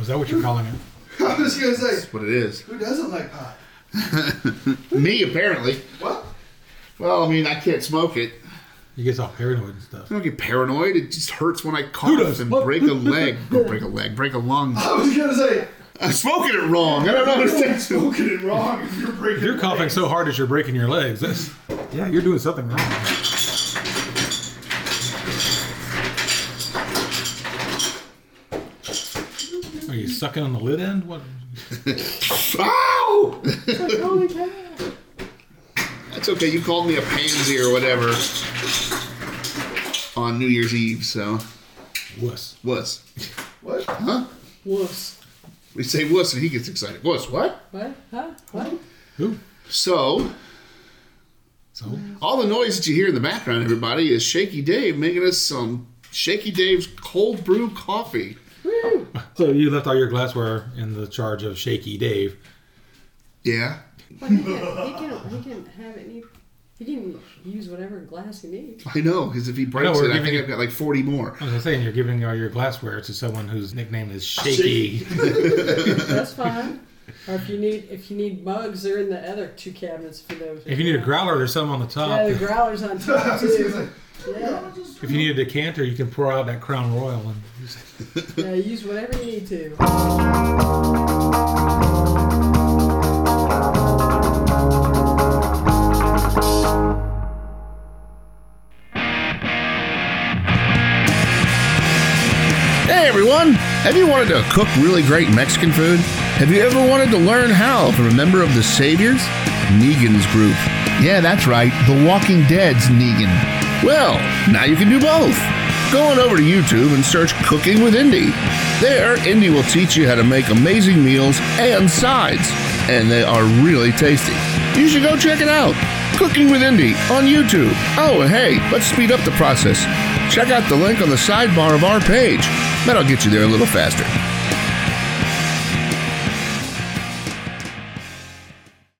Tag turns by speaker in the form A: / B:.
A: Is that what you're calling it?
B: I was gonna say,
C: That's what it is.
B: who doesn't like pot?
C: Me, apparently.
B: What?
C: Well, I mean, I can't smoke it.
A: He gets all paranoid and stuff.
C: I don't get paranoid. It just hurts when I cough
A: does?
C: and
A: What?
C: break a leg. Go break a leg. Break a lung.
B: I was gonna say,
C: I'm smoking it wrong. I don't understand.
B: smoking it wrong if you're breaking.
A: You're coughing so hard as you're breaking your legs. That's, yeah, you're doing something wrong. Are you sucking on the lid end? What?
C: Ow! That's okay. You called me a pansy or whatever on New Year's Eve, so
A: Wuss.
C: wuss.
B: What?
C: Huh?
D: Wuss.
C: We say wuss and he gets excited. Wuss, what?
D: What? Huh? What?
A: Who?
C: So,
A: So?
C: all the noise that you hear in the background, everybody, is Shaky Dave making us some Shaky Dave's cold brew coffee.
D: Woo!
A: So you left all your glassware in the charge of Shaky Dave.
C: Yeah.
D: But he can, he can, he can have it. He, he can use whatever glass he needs.
C: I know, because if he breaks
A: we're
C: it, I
A: giving
C: think
A: you-
C: I've got like 40 more.
A: I was saying you're giving all your glassware to someone whose nickname is Shaky.
D: That's fine. Or if you need, if you need mugs, they're in the other two cabinets for those.
A: If you need a growler, there's some on the top.
D: Yeah, the growlers on top
B: I was gonna
D: too.
B: say,
D: Yeah,
A: If you need a decanter, you can pour out that Crown Royal and
D: yeah, use whatever you need to.
C: Hey everyone! Have you wanted to cook really great Mexican food? Have you ever wanted to learn how from a member of the Saviors? Negan's group. Yeah, that's right, The Walking Dead's Negan. Well, now you can do both. Go on over to YouTube and search Cooking with Indy. There, Indy will teach you how to make amazing meals and sides, and they are really tasty. You should go check it out. Cooking with Indy on YouTube. Oh, and hey, let's speed up the process. Check out the link on the sidebar of our page. That'll get you there a little faster.